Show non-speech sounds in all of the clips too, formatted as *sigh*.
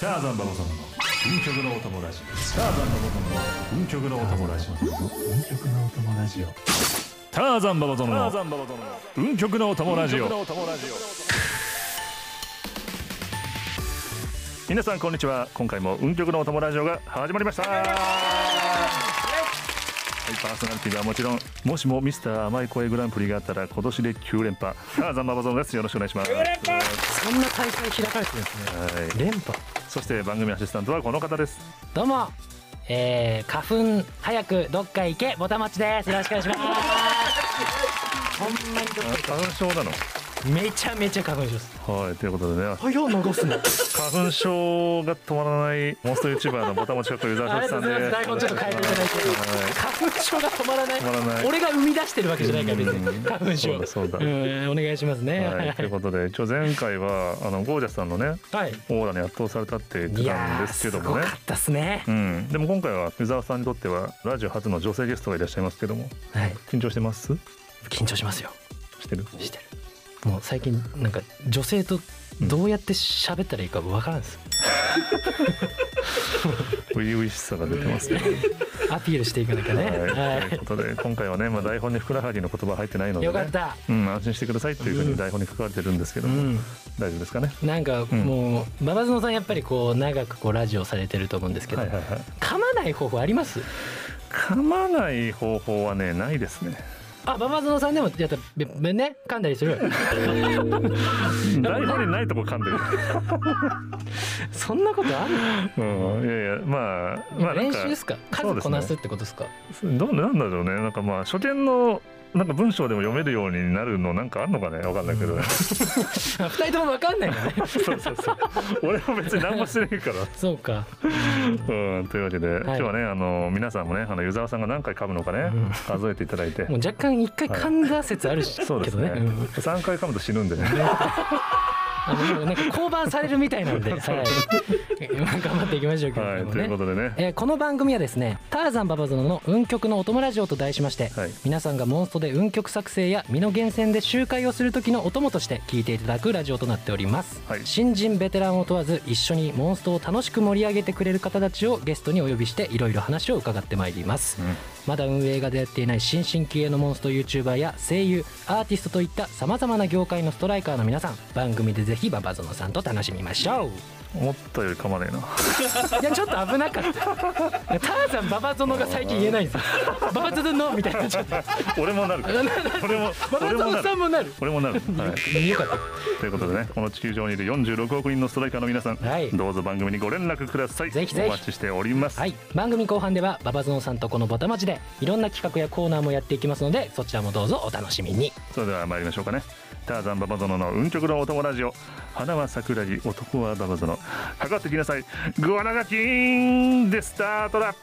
ターザンババ様の運極のお友達ターザンババ様の運極のお友達ターザンババ殿の運極のお友ラジオ皆さんこんにちは今回も運極のお友ラジオが始まりましたはい、パーソナリティはもちろんもしもミスター甘い声グランプリがあったら今年で9連覇ターザンババゾンですよろしくお願いしますそんな大会開かれてるんですね。はい連覇。そして番組アシスタントはこの方ですどうも、えー、花粉早くどっか行けボタマッチです。よろしくお願いしまそんなにあ花粉症なのす。めちゃめちゃ花粉症です。はいということでね声を残すの。花粉症が止まらないモンストユーチューバーのボタン持ちかっこユーザーショップさありがとうんごでざいます。台本ちょっと変えていただいて。花粉症が止まらない。止まらない俺が生み出してるわけじゃないから別うんに花粉症。そうだそうだんお願いしますね。はい、はい、ということで一応前回はあのゴージャスさんのねはい。オーラに圧倒されたって言っいてたやんーですけすどごもねかったっすねう。ん、でも今回は湯沢さんにとってはラジオ初の女性ゲストがいらっしゃいますけどもはい。緊張してます緊張しますよ。してるしてる。もう最近なんか女性とどうやって喋ったらいいかわからんです。初々しさが出てますけど、ねアピールしていかなきゃね。はい、といはうことで今回はね、まあ、台本にふくらはぎの言葉入ってないのい。で、ね、よかった。うん、安心してくださいというふうに台本に書かれてるんですけどうも、ん。大丈夫ですかねなんかうんもう、馬場園さんやっぱりこう長くこうラジオされてると思うんですけど、はいはいはい噛まない方法あります噛まない方法はねないですねあ馬場園さんでもやったらね噛んだりする *laughs* 台本にないとこ噛ん *laughs* でる、そんなことあるうん、いやいやまあまあなん練か習ですかそうですね数こなすってことですかどうなんだろうねなんかまあ初見のなんか文章でも読めるようになるのなんかあんのかねわかんないけど、あ二人とも分かんないよ *laughs* ねそうそうそう俺は別に何もしてないから *laughs* そうかうんというわけで、今日はねあの皆さんもねあの湯沢さんが何回噛むのかね、うん数えていただいて *laughs* もう若干一回噛んだ説あるし、そうでけすどねねうん三回噛むと死ぬんでねあのなんか降板されるみたいなん *laughs* で、はい、頑張っていきましょう今は日いもというねことでねえーこの番組はですね「ターザンババゾノの運極のお供ラジオ」と題しまして、はい皆さんがモンストで運極作成や身の厳選で集会をする時のお供として聞いていただくラジオとなっております、はい新人ベテランを問わず一緒にモンストを楽しく盛り上げてくれる方たちをゲストにお呼びしていろいろ話を伺ってまいります、うんまだ運営が出会っていない新進気鋭のモンスト YouTuber や声優アーティストといったさまざまな業界のストライカーの皆さん番組でぜひババゾノさんと楽しみましょう思ったより噛まねえない *laughs* やちょっと危なかったターザンババゾノが最近言えないんですよババゾノみたいになっちゃった俺もなるから *laughs* 俺もバ俺バゾもなノるさんもなる俺もなる、はい、よかっということでねこの地球上にいる46億人のストライカーの皆さん、はいどうぞ番組にご連絡くださいぜひぜひお待ちしております、はい番組後半ではババゾノさんとこのボタマチでいろんな企画やコーナーもやっていきますのでそちらもどうぞお楽しみにそれでは参りましょうかねターザンババゾノの運極のお友ラジオ花は桜木男はババゾノかかってきなさいグアナガキーンでスタートだ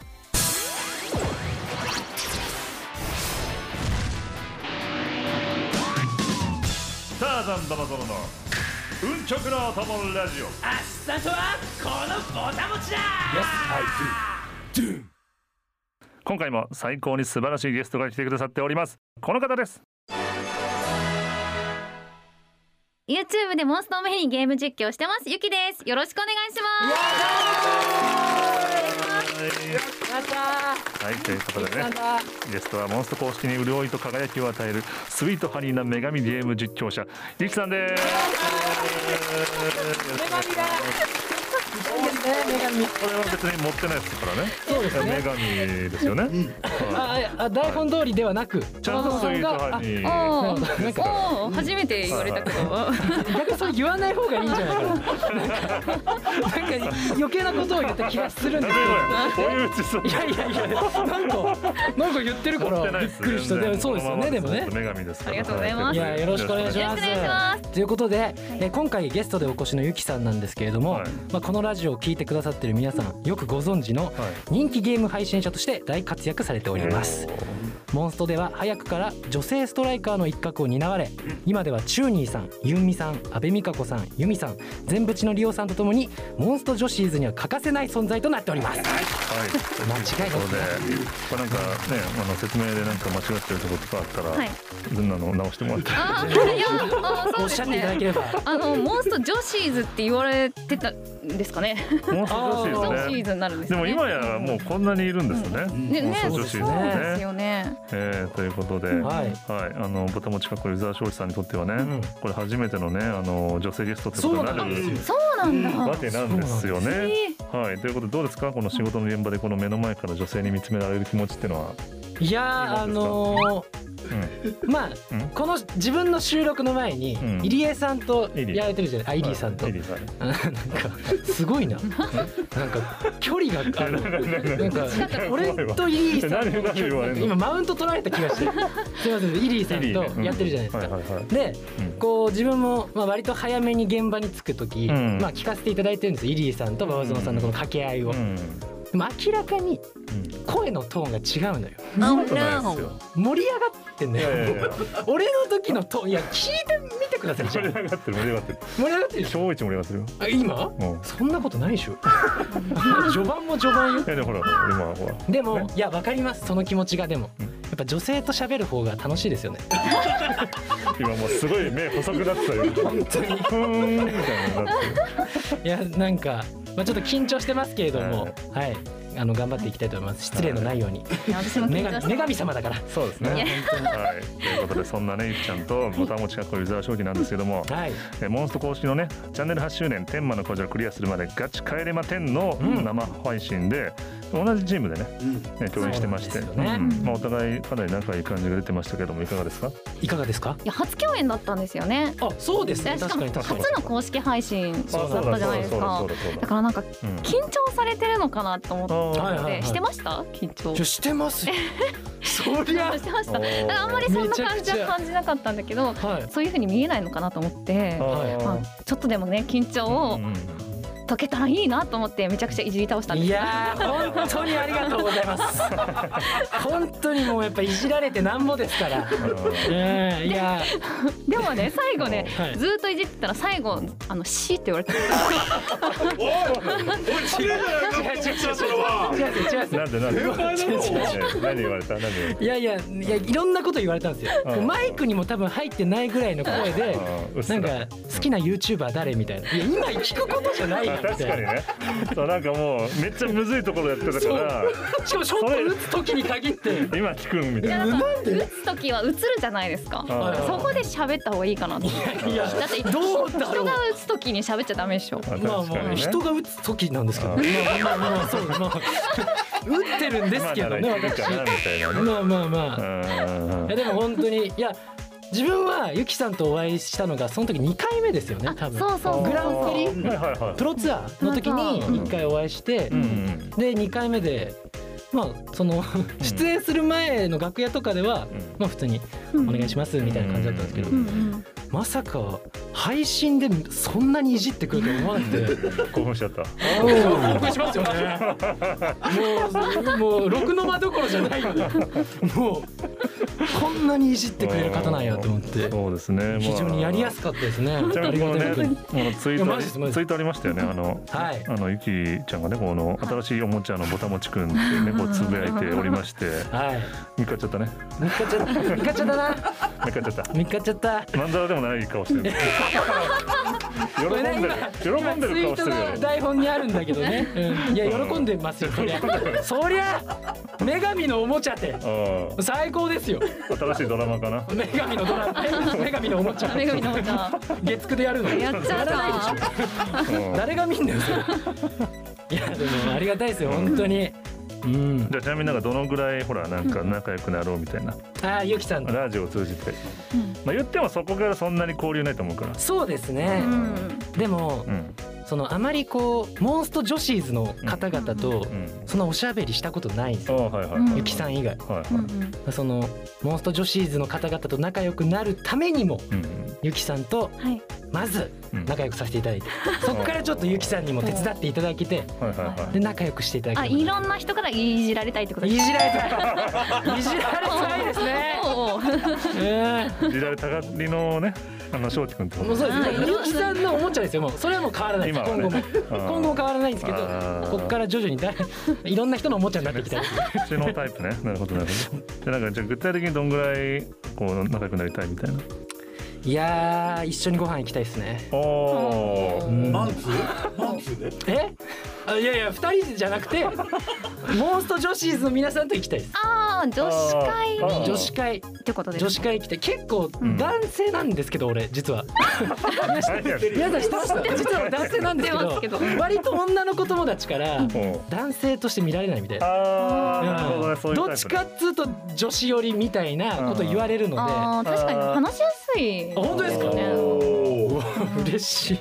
ターザンババゾノの運極のお友ラジオ明日とはこのボタマチだ今回も最高に素晴らしいゲストが来てくださっておりますこの方です YouTube でモンストの日にゲーム実況してますゆきですよろしくお願いしますはい、ということでね、ゲストはモンスト公式に潤いと輝きを与えるスイートハニーな女神ゲーム実況者、ゆきさんです。これは別に持ってないですからね。そうですね女神ですよね。はあああ台本通りではなくいちゃバんとバスイゾートノさんがハあニー。おなるほどなんかーおー初めて言われたけど逆にそれ言わない方がいいんじゃないかななんかなんか余計なことを言った気がするんなでんすでけどこれ、追い打ちそう。いやいやいや、なんか、なんか言ってるか持ってら、ないびっですくりした。でも、そうですよね、でもねこ。のまま女神ですあから。りがとうございますいや、よろしくお願いしよまろすしくお願いしま。ということで、え今回ゲストでお越しのゆきさんなんですけれども、はいまあこのラジオを聞いてくださってる皆さんよくご存知のはい人気ゲーム配信者として大活躍されております。モンストでは早くから女性ストライカーの一角を担われ今ではチューニーさんユンミさん阿部美香子さんユミさん全淵のリオさんとともにモンスト女子ーズには欠かせない存在となっておりますはい、間違いなくとうことで、これなんかね、あの説明でなんか間違ってるところとかあったら、はいどんなの直してもらって。あーいやあーそうおでっすしゃっていただねければあのモンスト女子ーズって言われてたですかね。モンスト女子そうよ女子ね。になるんですでかね。も今やもうこんなにいるんですね。ねねそうそうです女子ですねよね。えー、ということで、はい、はい。あのボタモチかっこいい湯沢庄司さんにとってはね、うんこれ初めてのね、あの女性ゲストってことそうにななんでするよ。そうなんだ。わけなんですよえね。ーはい、ということでどうですかこの仕事の現場でこの目の前から女性に見つめられる気持ちっていうのは、いやーあのうーまあうんこの自分の収録の前にうん入江さんと入江やられてるじゃないあ入江さんとイリーさん。あ *laughs* なんかすごいななんか距離があるなんか俺とイリーさん何何言われんの今マウント取られた気 *laughs* がしてすいませんイリーさイリーんとやってるじゃないですうんかはいはいはい。でうんこう自分もまあ割と早めに現場に着く時うんまあ聞かせていただいてるんですイリーさんと馬場園さんのこの掛け合いをうでんも明らかにうん声のトーンが違うのよそんなことないですよ盛り上がってんのいやいやいよや俺の時のトーンいや聞いてみてくださいじゃ盛あり *laughs* 上がってる盛り上がってる盛り上がってるでしょ超一盛り上がってるよあ今うんいそんなことないでしょ *laughs* 序盤も序盤よやでもほらほら今ほらでも、ねいやわかりますその気持ちがでもうんやっぱ女性と喋る方が楽しいです *laughs* よね今もうすごい目細くなってたよ本当にいふーんみたいなのになってやなんか、まあ、ちょっと緊張してますけれどもはいあの頑張っていきたいと思います失礼のないようにいや私も緊女張神して女ま神す。様だからそうですいやねはいということでそんなねゆきちゃんとボタン持ちかっこいい湯沢将棋なんですけどもはいえーモンスト公式のねチャンネル8周年天満の工場をクリアするまでガチ帰れま10のうん生配信で、同じチームでねうんね共演してまして、そうなんですうよねんまあ、お互いかなり仲いい感じが出てましたけどもいかがですかいかがですかいや初共演だったんですよね。あそうですねでしか確かもに確初かにの公式配信あだったじゃないですかそう。だそうだそうだそうだだからなんかうん緊張されてるのかなと思ってはいあはいはいしてました緊張ちょしてます *laughs* よそりゃしてましただーからあんまりそんなめ感ちじゃくちゃは感じなかったんだけどはいそういう風に見えないのかなと思ってあーまあ、ちょっとでもね緊張をうんうん解けたらいいなと思ってめちゃくちゃいじり倒したんですいけどやー本当にありがとうござい *laughs* ます。本当にもうやっぱいじられてなんぼですから。あーうんいやーでもね最後ね *laughs* はいずーっといじってたら最後「あのシー」って言われておいおい切れじゃないかって言ったそれは違う違う違う。なんでなんで先輩だろね何言われた何言われいやいやいやいろんなこと言われたんですうよ。んマイクにも多分入ってないぐらいの声でた。あーうっすならんか好きな YouTuber 誰みたいな「いや今聞くことじゃないよ」あみ確たかにいなねそうなんかもうめっちゃむずいところやってたからしかもショット打つ時に限って「今聞くんみいたいやななんか打つ時は映るじゃないですかあーそこで喋った方がいいかなと思っていやだってどうだろ人う?が」打つ時に喋っちゃダメでしょあ確まかあまあにね人が打つ時なんですけどあまあまあまあそうまあ *laughs* 打ってるんですけどね今ならいける私かなみたいなねまあまあまあうんうんうんいやでも本当にいや自分はゆきさんとお会いしたのがその時2回目ですよねあ多そう分そうそうグランプリはいはいはいプロツアーの時に1回お会いして、うんうんで2回目でまあその出演する前の楽屋とかでは、うんまあ普通にうおん願いしますみたいな感じだったんですけど、ううんうんまさか配信でそんなにいじってくると思わなくて。興奮しちゃった興奮しますよね。もう、もう、ろくの間どころじゃないよ。もう、こんなにいじってくれる方なんやと思って。そうですね非常にやりやくすかったですね。あちなみりにこがのたいねことに。このツイーいやトあマジですマりジですツイートありましたよねあのはい。あのゆきちゃんがねこの新しいおもちゃのぼたもちくんっていうねこうつぶやいておりまして *laughs* はい。見かっちゃったね見っかっちゃった。見っかっちゃったな。見かっちゃった見っかっちゃった。まんざらでもない顔してる喜これ *laughs* ねんでる喜今今んでツるイー顔しトてるが台本にあるんだけどね。うん、いや喜んでますよ。そりゃ。そりゃ女神のおもちゃってよ最高ですよ。うん新しいドラマかな女神のドラマ。女神のおもちゃ。女神のおもちゃ月9でやるの。やっちゃうらないでしょかうん誰が見んだよ。それいやでもありがたいですよ本当に。うん。じゃあちなみになんかどのぐらいほらなんか仲良くなろうみたいなああゆきさんと。ラジオを通じてうんまあ言ってもそこからそんなに交流ないと思うからそうですうね。んでもうんそのあまりこうモンスト女子ーズの方々とうんそんなおしゃべりしたことないんですあよはいはいはいゆきさん以外はいはうんういんそのモンスト女子ーズの方々と仲良くなるためにもうんゆきさんとはいまずうん仲良くさせていた *laughs* だいてそこからちょっとゆきさんにも手伝っていただけてはいはいはいで仲良くしていただあけいればろんな人からいじられたいってこといでじすられたいいじられた *laughs* いですねおうおうう時代たがりのね、あの翔太君ってこんもうとそうですうんゆきさんのおもちゃですよもうそれはもう変わらないです今は今ね後も今後も変わらないんですけどあーここから徐々にだいい *laughs* ろんな人のおもちゃになってきたい普通のタイプね。なるほどなるほど。じゃあなんかじゃあ具体的にどんぐらいこう仲良くなりたいみたいな。いやー一緒にご飯行きたいですねおおう。んマンツーマンツーでえあいやいや二人じゃなくてモンスト女子の皆さんと行きたいですああ女子会あーに女子会ってことです女子会行きたい結構ん男性なんですけど俺実は皆さん知ってました実は男性なんです知ってけまどすけ割と女の子友達からうん男性として見られないみたいなあうあ、んなるほどね、そういうタイプどっちかっつうと女子寄りみたいなこと言われるので、あああ確かに話しやすい本当ですかねねおお嬉しい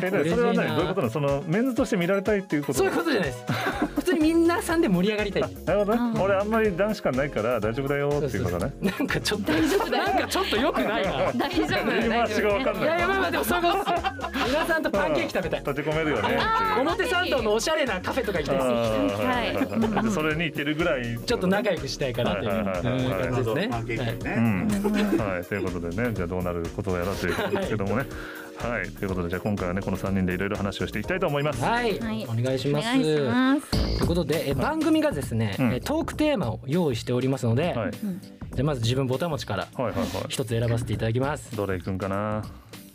え、なにそれは嬉しい何などういうことなの、そのメンズとして見られたいっていうことそういうことじゃないです普通にみんなさんで盛り上がりたいなるほどね、うん俺あんまり男子感ないから大丈夫だよっていうことね *laughs* なんかちょっとなんかちょっと良くないな大丈夫言い回しが分かんいないやいやまあまあでもそういうことですよ皆さんとパンケーキ食べたい立ち込めるよねっていう表参道のおしゃれなカフェとか行きたいではいはいはいそれに行ってるぐらいすちょっと仲良くしたいかなというはいはいはいはいうん感じですねパンケーキうねん、はい、ということでね、じゃあどうなることやらということですけどもね。はい、ということで、じゃあ今回はね、この三人でいろいろ話をしていきたいと思います。はい、はいお願いしおま願いしすますということでえ番組がですね、うんえトークテーマを用意しておりますので、はい、はい、じゃあまず自分ボタン持ちからはい、はい。一つ選ばせていただきますどれ行くんかな。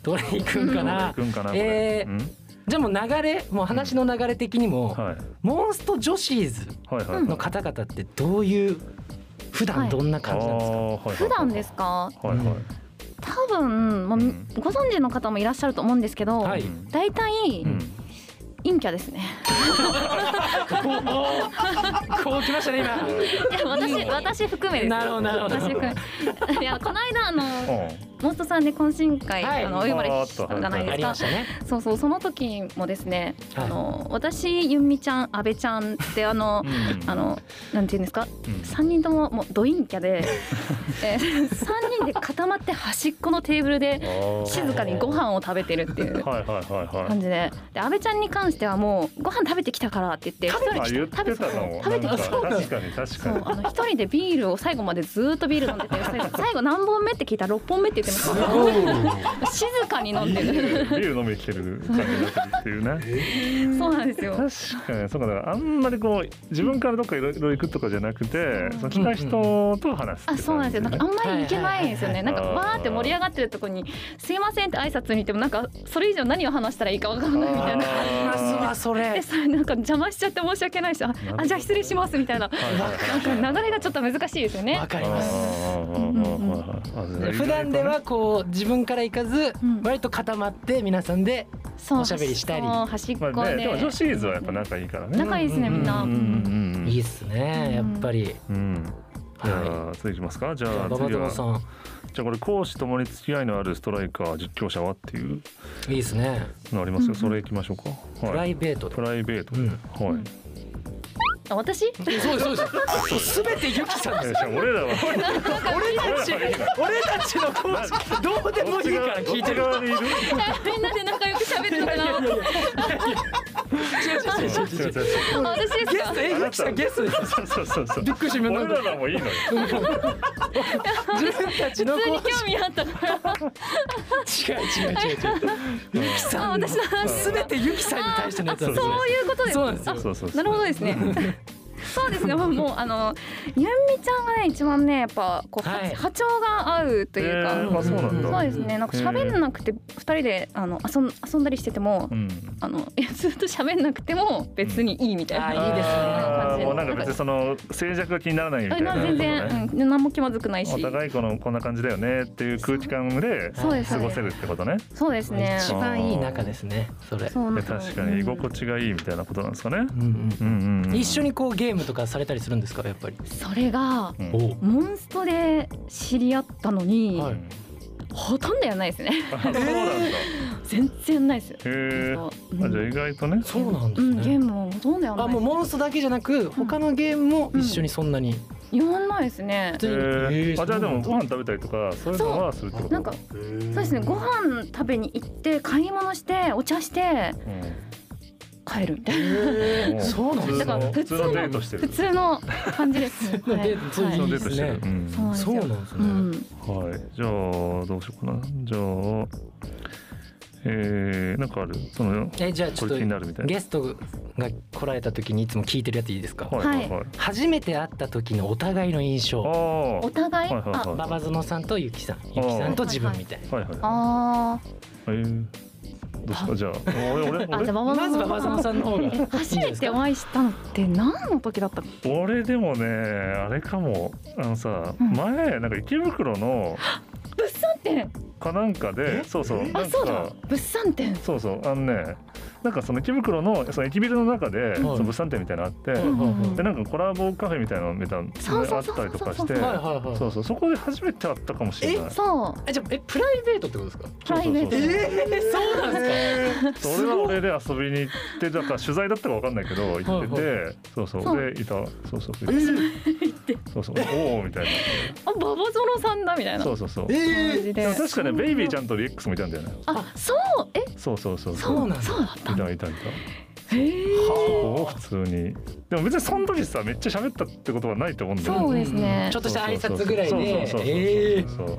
どれ行くんどかれ行なくんかな。これえーうんじゃあもう流れもう話の流れ的にも、はい、モンスト女子ーズはい、はい。の方々ってどういう普段どんな感じなんですか、あーはい普段ですかはい、はい。多分まあうんご存知の方もいらっしゃると思うんですけどはい大体うん陰キャですねこう来ましたね今いや私私含めですなるほどなるほど私含めいやこの間あうのんモンストさんで懇親会、はいあのお呼ばれしたじゃないあであすりかましたねそうそうその時もですね、はいあの私ゆんみちゃん阿部ちゃんってあの、うんあのなんていうんですか、うん三人とももうドインキャで、えー、三人で固まって端っこのテーブルで静かにご飯を食べてるっていうはい、はい、はい、はい。感じでで阿部ちゃんに関してはもうご飯食べてきたからって言って一あ、人言ってたの。食べてなんきかた確かに、確そうかあの一人でビールを最後までずーっとビール飲んでて最後最後何本目って聞いたら六本目って言ってました静かに飲んで *laughs* るに。ビール飲みに来てる感じになってるっていうね。そうなんですよ確かにそうかだからあんまりこう自分からどっかいろいろ行くとかじゃなくて、うんその来た人と話すって感あじそうなんですよなんかあんまり行けないんですよね、はいはいはいなんかわーって盛り上がってるとこに「すいません」って挨拶に行ってもなんかそれ以上何を話したらいいかわかんないみたいな。まずはそでれそれなんか邪魔しちゃって申し訳ないしあほどあじゃあ失礼しますみたいなはいはいはいなんか流れがちょっと難しいですよねわ。かありますー普段ではこう自分から行かずうん割と固まっで皆さんでそうおしゃべりしたりそう端っこまで,、あねでも女子ーズはやっぱ仲いいからね仲いいですねみんな。うんうんうんいいっすねやっぱりうんじゃあ次いきますかじゃあ馬場次は園さじゃあこれ公私ともに付き合いのあるストライカー実況者はっていうんいいっすねのありますよそれいきましょうかプラはいイベートでプライベートうんはいあ私えそうですそうですそう全てゆきさんですえじゃあ俺らは俺たち *laughs* 俺たちの公式どうでもいいから聞いてるどっち側にいるみんなで仲良く喋るのかな。あ私ですか違う違う違うゲスト。えゆきさんゲストですそうそうそうそうびっくりして今な俺んからのもいいのよ自分たちの普通に公興味あったから。式違う違う違う違うゆきあさんの私の話。すべてゆきさんに対してのやつなそんうですねいうことですそうなんですよそうそうそうなるほどですね。 *laughs* そうですね。もうもうあのゆんみちゃんがね一番ねやっぱこう、ははい波長が合うというか。えーあそうなんだそうですね。なんか喋んなくて二人であの遊ん遊んだりしててもう、んあのいやずっと喋んなくても別にいいみたいな。あいいですねあーもうなんか別に別その静寂が気にならないみたいなに全然、うん、何も気まずくないしお。互いこのこんな感じだよねっていう空気感でそうです過ごせるってことねそうですね。一番いい仲ですねそれそういなやんですよ確かに居心地がいいみたいなことなんですかねうんううんんうんうん一緒にこうゲームとかされたりするんですかやっぱりそれがうんおモンストで知り合ったのに、はいほとんどやないですね *laughs* あそうなんだへ全然ないですよ、えそあうじゃあ意外とねそうなんうですん、ゲーねムもほとんどやんなあいもうモンストだけじゃなく他のゲームも一緒にそんなにやんないですね普へ通にえあじゃあでもごそう飯食べたりとかそういうのはするってことなんかそうですねご飯食べに行って買い物してお茶してうん帰るみたいなもうそうなんですだねから普普通通ののデートして普る通の感じですね普通のデートはい普そう通はのいデートしてるいいですうんそうなんですよそうなんですうねん、はい、じゃあどうしようかな。じゃあ、えー、なんかあるそのえじゃあちょっこれ気になるみたといなゲストが来られた時にいつも聞いてるやついいですか、はいはいはい初めて会った時のお互いの印あ象あお互い、はいはいはいババゾノさんとゆきさんゆきさんと自分みたいなはいはいあえー、どうですかじゃあ俺俺ああじゃあババ俺まずゾバノバさゾんノさんの方が初めてお会いしたのって何の時だったの俺でもねあれかもあのさ、うん前なんか池袋の物産展かなんかでそうそうなあんそうかだ物産展そうそうあのねなんかその池袋のその駅ビルの中で、その物産展みたいなのあって、うんうんうんでなんかコラボカフェみたいなのみたいなそのうがそあうっそうたりとかそしうてそうはいはいはいそうそうそこで初めて会ったかもしれないそうえじゃあえプライベートってことですかプライベートそうそうそうえそうなんですかそう俺は俺で遊びに行ってだから取材だったかわかんないけど行ってて、はそうそうそうでいたそうそうでそうそうおおみたいあババゾノさんだみたいななそうそうそうえでー感じでも確かねベイビーちゃんとリエックスもいたんだよねあそうえそうそうそうそうなんだそうだったいんだたいたいたへえおお普通にでも別にその時さめっちゃ喋ったってことはないと思うんだよねそうですねちょっとした挨拶ぐらいでそうそうそうそうええそうそうそう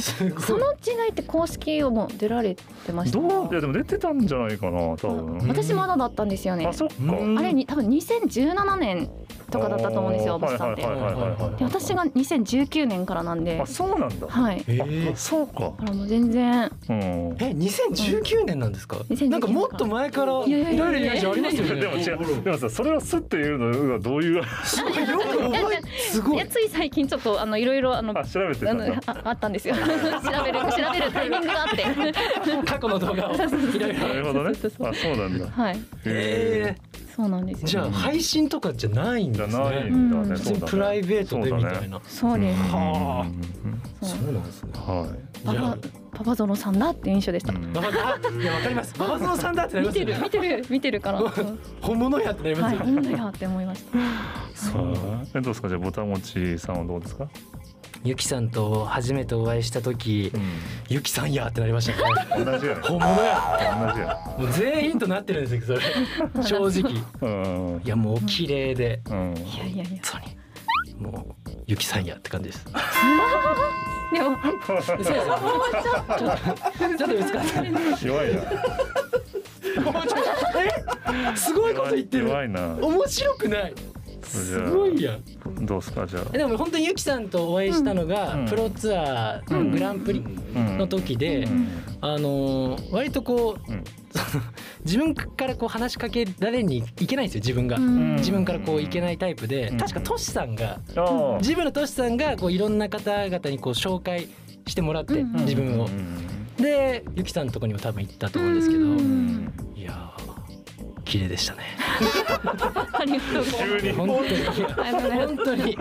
すご *laughs* いその違いって公式をもう出られてましたどういやでも出てたんじゃないかな多分私まだだったんですよねあそっかうんあれに多分2017年とかだったと思うんですよは物いは産いはい展はいはいはいで私が2019年からなんであそうなんだはいえあーそうかだからもう全然うんえ2019年なんですか2019なんかもっと前からいやいやいいやられるイメージありますよねでも違うでもさそれをすって言うのはどう *laughs* いうすごいよく覚えすごいいやつい最近ちょっとあのいろいろあのあ調べてたあんだのああったん *laughs* ですよ調べる調べるタイミングがあって過去の *laughs* 動画をいろいろなるほどねそうそうそうあそうなんだはいへええそうなんですよじゃあ配信とかじゃないんじゃですないねんだうねんそうだねプライベートでみたいなそうです、はあそうそうなんですねはいパいやパパパゾロさんだって印象でした、うんババあいやわかりますババゾノさんだってなり見ますてよるね見てる見てる *laughs* から、うん本物やってなりまはすいよ本当やって思いましたそうえどうですかじゃあボタン持ちさんはどうですかゆきさんと初めてお会いした時うんゆきさんやってなりました *laughs* ね同じやね本物や同じやもう全員となってるんです *laughs* よそれ正直いうんうんやもうお綺麗でいやいやいや本当にもうゆきさんやって感じです *laughs* でもそうですよもうちょっとちょっと薄かった弱いなもうちょっとえすごいこと言ってる弱いな面白くないすごいやんどうですかじゃあえでも本当にゆきさんとお会いしたのが、うんプロツアーのグランプリの時で、うんあのー割とこう、うんその自分からこう話しかけられにいけないんですよ自分が、うん自分からこういけないタイプで、うん確かトシさんがああ自分のトシさんがこういろんな方々にこう紹介してもらって、うん自分をう。んでゆきさんのとこにも多分行ったと思うんですけど、うんいやー綺麗で *laughs* したね。ありがとうございま急に本当にすありがとうございま本当にいや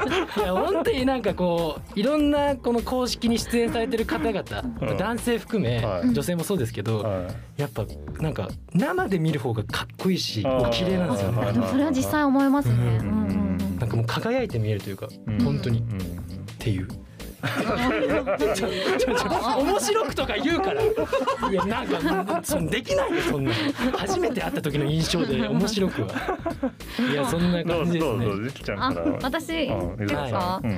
本当になんかこういろんなこの公式に出演されてる方々、うん男性含め、はい女性もそうですけど、はいやっぱなんか生で見る方がかっこいいしあー綺麗なんですよはすいあねでもそれは実際思いますね、ううんんうんうんなんかもう輝いて見えるというか、うん本当にっうんていうちょちょちょ面白くとか言うからいやなんかそんできないよそんな初めて会った時の印象で面白くはいやそんなど感うじぞでどすうぞねゆきちゃあんからは私うんゆきですかさんうんい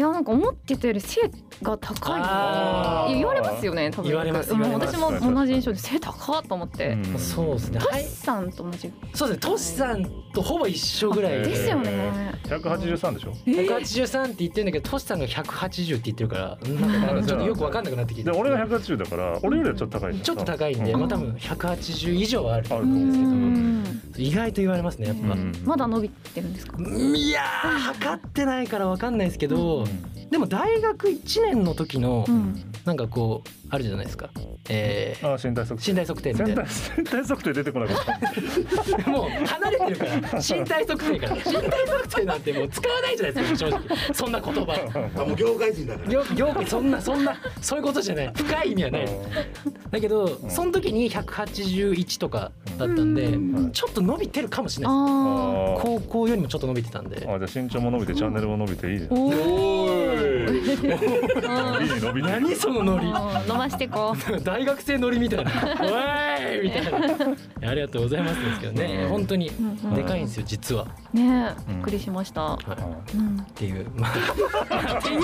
やなんか思ってたより背が高いあーいや言われますよね多分言われますうん言われます私も同じ印象で背高っと思って、んそうですねトはシいさんと同じそうですねトシさんとほぼ一緒ぐらいあですよね、 183でしょ183って言ってるんだけどトシさんが180って言ってるからなんかちょっとよくわかんなくなってきてで俺が180だから俺よりはちょっと高いじゃんちょっと高いんで、うまあ、多分180以上はあるあるとう思うんですけどん意外と言われますねやっぱ、うんまだ伸びてるんですかいやー測ってないからわかんないですけど、でも大学1年の時のうんなんかこうあるじゃないですか、えーあ身体測定身体測定みた身体身いな体測定出てこなかったもう離れてるから身体測定から身体測定なんてもう使わないじゃないですか正直そんな言葉あもう業界人だからよよくそんなそんなそういうことじゃない深い意味はないですだけどんその時に181とかだったんでんちょっと伸びてるかもしれないあですあ高校よりもちょっと伸びてたんでーあじゃあ身長も伸びてチャンネルも伸びていいじゃんーおおーいうんいいね伸びてる何そのノリもう伸ばしてこう。 *laughs* 大学生ノリみた *laughs* いな「おーい!」みたいなありがとうございますですけどね本当にうんうんでかいんですよ実は。ねえ、うんびっくりしました。ううんって *laughs* いう、まあ、っていうっ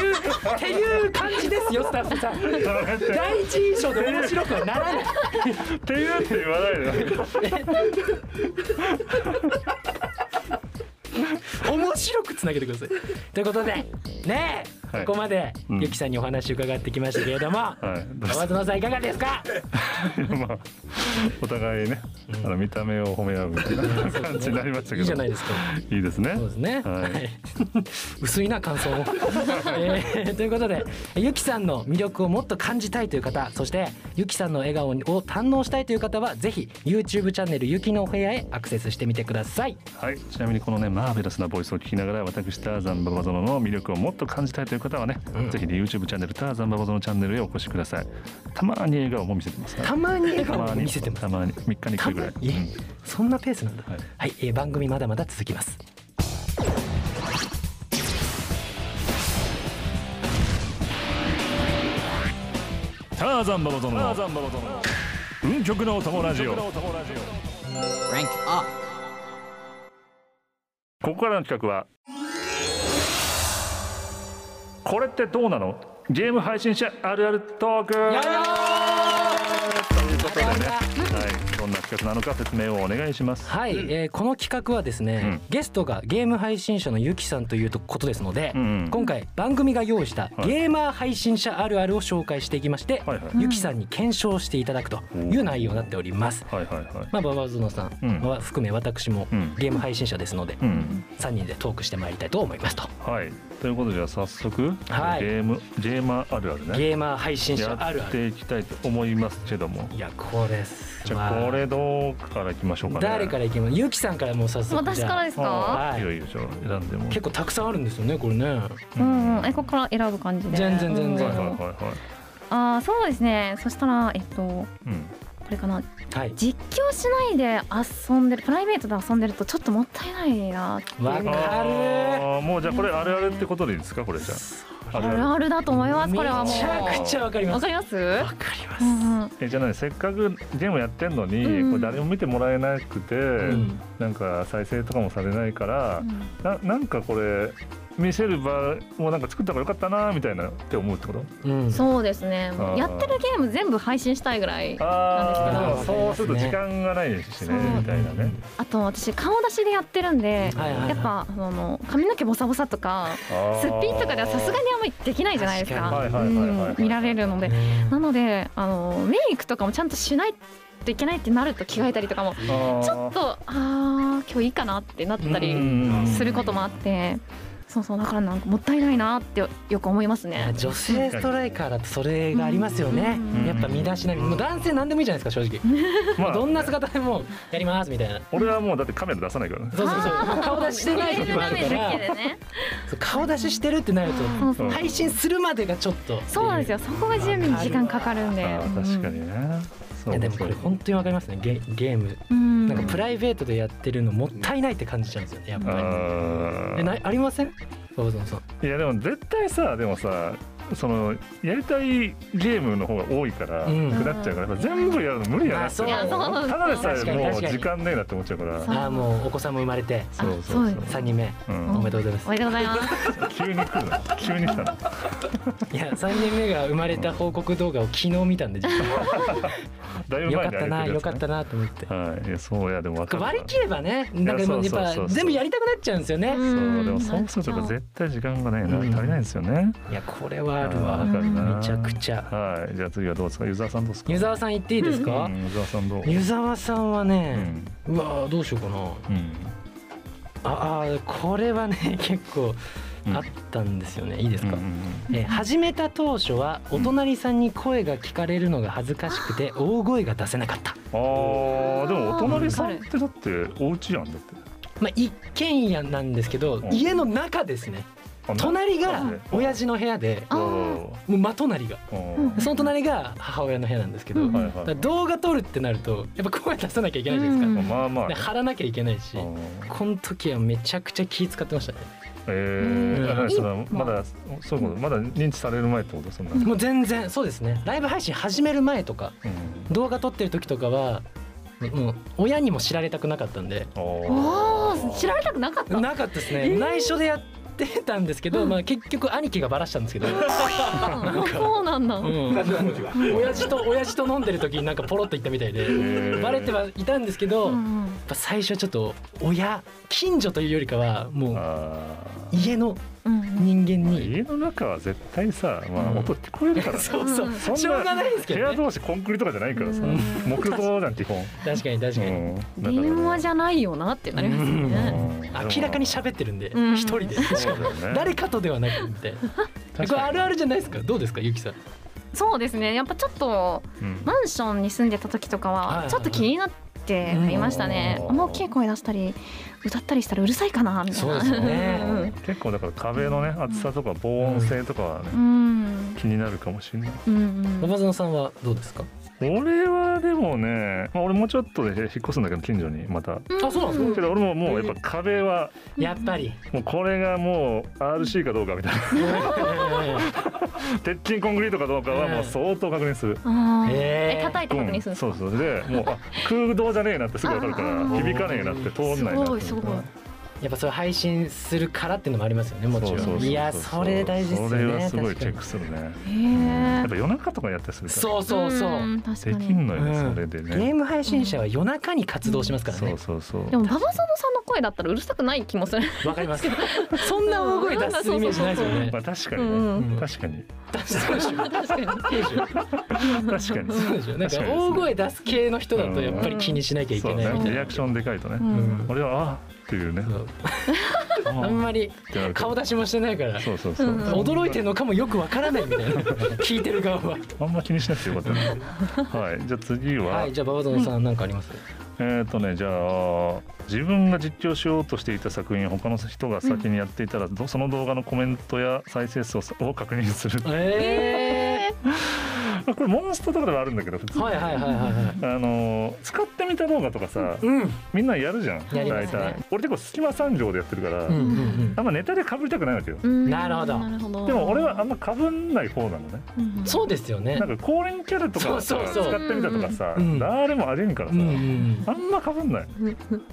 ていう感じですよスタッフさん第一印象で面白くはならないんっていうって言わないで面白くつなげてくださいということでねえ、はいここまで、うんゆきさんにお話伺ってきましたけれども、はいどうし川園さんいかがで *laughs* すかてまあお互いねあの見た目を褒め合うみたいな感じになりましたけどいいじゃないですかいいですねそうですね、はいはい *laughs* 薄いな *laughs* 感想も、えーということでゆきさんの魅力をもっと感じたいという方そしてゆきさんの笑顔を堪能したいという方はぜひ YouTube チャンネル「ゆきのお部屋」へアクセスしてみてくださいはい、ちなみにこのねマーベラスなボイスを聞きながら私ターザンババゾノの魅力をもっと感じたいという方はね、うんぜひね YouTube チャンネルターザンババゾノチャンネルへお越しくださいたまに笑顔も見せてますねたまに笑た顔を見せてますたまに3日に1回ぐらい、いえそんなペースなんだはいはい、えー番組まだまだ続きますターザンババゾノターザンババゾノ運極のお友ラジオ Rank up. ここからの企画はこれってどうなのゲーム配信者あるあるトークということでね、はい、どんな企画なのか説明をお願いしますはい、えーこの企画はですね、ゲストがゲーム配信者のゆきさんということですので、うんうん今回番組が用意したいゲーマー配信者あるあるを紹介していきまして、はいはいゆきさんに検証していただくという内容になっております。はいはいはいまあ、ババズノさんは含め私もうんゲーム配信者ですので、うん3人でトークしてまいりたいと思いますと。はい、ということでじゃあ早速、はいゲームゲーマーあるあるねゲーマー配信者あるやあっる。ていきたいと思いますけどもいや、これすじゃあこれどうからいきましょうかね誰からいきますゆきさんからもう早速私からじゃですか。いいよいいよじゃあ選んであも結構たくさんあるんですよねこれねうんうん、え、ここから選ぶ感じで。全然全然はいはいうんはいはいああ、そうですね。そしたら、えっと、こうんれかな。はい実況しないで遊んでる、プライベートで遊んでると、ちょっともったいないなっていう。わかるあーもうじゃあこれあるあるってことでいいですかこれじゃあああるあるだと思います。これはもめちゃう。くちゃわかりまわすかります。わわかりまうんうん。えじゃあねせっかくゲームやってんのに、うんこれ誰も見てもらえなくて、んなんか再生とかもされないからう、んななんかこれ見せる場もなんか作った方がよかったなみたいなって思うってことうんそうですねあー。やってるゲーム全部配信したいぐらい。あなんであすけどそうすると時間がないですしねそうみたいなねあと私顔出しでやってるんで、はいはいはいやっぱあの髪の毛ボサボサとかすっぴんとかではさすがにあんまりできないじゃないですか確かにはいはいはいはいうん見られるので、ねなのであのメイクとかもちゃんとしないといけないってなると着替えたりとかもちちょっとああー今日いいかなってなったりすることもあって。そうそうだからなんかもったいないなってよく思いますね。女性ストライカーだとそれがありますよねうんやっぱ身だしなみもう男性なんでもいいじゃないですか正ま直どあんな姿でもやりますみたいな俺はもうだってカメラ出さないからねそうそうそう顔出ししてない時もあるか見えるら画面だけでねそう顔出ししてるってなるそうとそう配信するまでがちょっとそうなんですよ。そこが準備に時間かかるんで。あー確かにねいそやうでもこれ本当にわかりますねゲゲームうん。なんかプライベートでやってるのもったいないって感じちゃうんですよねやっあぱりーえないありませんそうそうそういやでも絶対さでもさそのやりたいゲームの方が多いから、うんくなっちゃうからやっぱ全部やるの無理やなって、まあそういやそうそうただでさ確かえにもう確かに時間ねえなって思っちゃうからそうああもうお子さんも生まれてあそうそうそうそう3人目うんおめでとうございますおめでとうございます。急に来るな急に来たないや3人目が生まれた報告動画を昨日見 *laughs* たんで実はだいぶよ前にあかっげたてるやなつ、ね、よかったなと思ってはいいやそうやでも分かるな割り切ればねなんかもういやそうそうやっそうそぱう全部やりたくなっちゃうんですよねうんそうでもそうするとやっぱ絶対時間がないな、足りないんですよね。いやこれはあるあーわかるなわめちゃくちゃはい、じゃあ次はどうですか、湯沢さんどうですか。湯沢さん言っていいですかうん湯沢さんどう。湯沢さんはうねん、うわーどうしようかなうん、ああーこれはね *laughs* 結構うんあったんですよねいいですうんかえー始めた当初はお隣さんに声が聞かれるのが恥ずかしくて大声が出せなかったああ、でもお隣さんってだって、お家やんだって。まあ一軒家なんですけどうん家の中ですねあ隣がうん親父の部屋であおーもう真隣がおうんその隣が母親の部屋なんですけど、うんーだはかいはいはらい。動画撮るってなるとやっぱ声出さなきゃいけないじゃないですか、うんまあまあで。貼らなきゃいけないしあーこの時はめちゃくちゃ気使ってましたねえうんー、あその今まだそういうことまだ認知される前ってことそんな、うんもう全然そうですねライブ配信始める前とか動画撮ってる時とかはもう親にも知られたくなかったんでおー知られたくなかったなかったですね、内緒でやってたんですけど、まあ、結局兄貴がバラしたんですけど、あ *laughs* そうなんだ、親父と親父と飲んでる時になんかポロッと言ったみたいでーバレてはいたんですけど、うやっんぱ最初はちょっと親近所というよりかはもうあ家のうん人間ーに、家の中は絶対さ、まあ、うん音聞こえるからね、そうそう、うんそんなしょうがないですけ部ど屋ね同士コンクリとかじゃないからさ、うん木造じゃん基本、確かに確かに、うん、電話じゃないよなってなりますよね、明らかに喋ってるんで一、うん人でしかも誰誰かとではなくみたいな確これかあるあるじゃないですかどうですかゆきさんそうですねやっぱちょっとにうんマンションに住んでた時とかはいはいははいちょっと気になっていましたね、うんあんま大きい声出したり歌ったりしたらうるさいかなみたいなよね結構だから壁のね厚さとか防音性とかはね、うん気になるかもしれないうんうん馬園さんはどうですか俺はでもね、まあ、俺もうちょっとで引っ越すんだけど近所にまた、うんあそうなんですかけど俺ももうやっぱ壁はやっ *laughs* ぱりもうこれがもう RC かどうかみたい *laughs* な鉄筋コンクリートかどうかはもう相当確認する。あーへーえ叩いて確認するんですかそうそうでもうあ空洞じゃねえなってすぐ分かるかあらー響かねえなって通んないなってすごいすごいやっぱそれ配信するからっていうのもありますよねもちそうそうそろうんそういやそれ大事ですよねそれはすごい確かチにェックするねへやえっぱ夜中とかやったりするからそうそうそう、ん確かできんにのよね、うんそれでゲねーム配信者は夜中に活動しますからそねうそうそうでも馬場園さんの声だったらうるさくない気もするわかりますそんな大声出すイメージないですよね *laughs* まあ確かにうね、んうん確かにそうでしょ確かに確かにそうでしょなんか大声出す系の人だとやっぱり気にしなきゃいそけうないみねたいリなアクションでかいとね、うん俺はあっていうねそうああんーまりってなるから顔出しもしてないからそうそうそう、うん驚いてるのかもよくわからないみたいな聞いてる側はあんま気にしなくてよかったね *laughs* はいじゃあ次は、はいじゃあババゾンさんなんかありますえっ、とねじゃあ自分が実況しようとしていた作品を他の人が先にやっていたら、どその動画のコメントや再生数をを確認するえ *laughs* これモンストとかではあるんだけど普通ー、に、はいはいはいはいはいあのー使ってみた動画とかさ、うんみんなやるじゃんやりま大すね体俺結構隙間産業でやってるから、うんうんあんまネタで被りたくないわけようんなるほどなるほどでも俺はあんま被んない方なのねうんそうですよねなんか高齢キャラとかさそうそうそう使ってみたとかさ、うん誰もありえんからうさ、んうんうんあんま被んない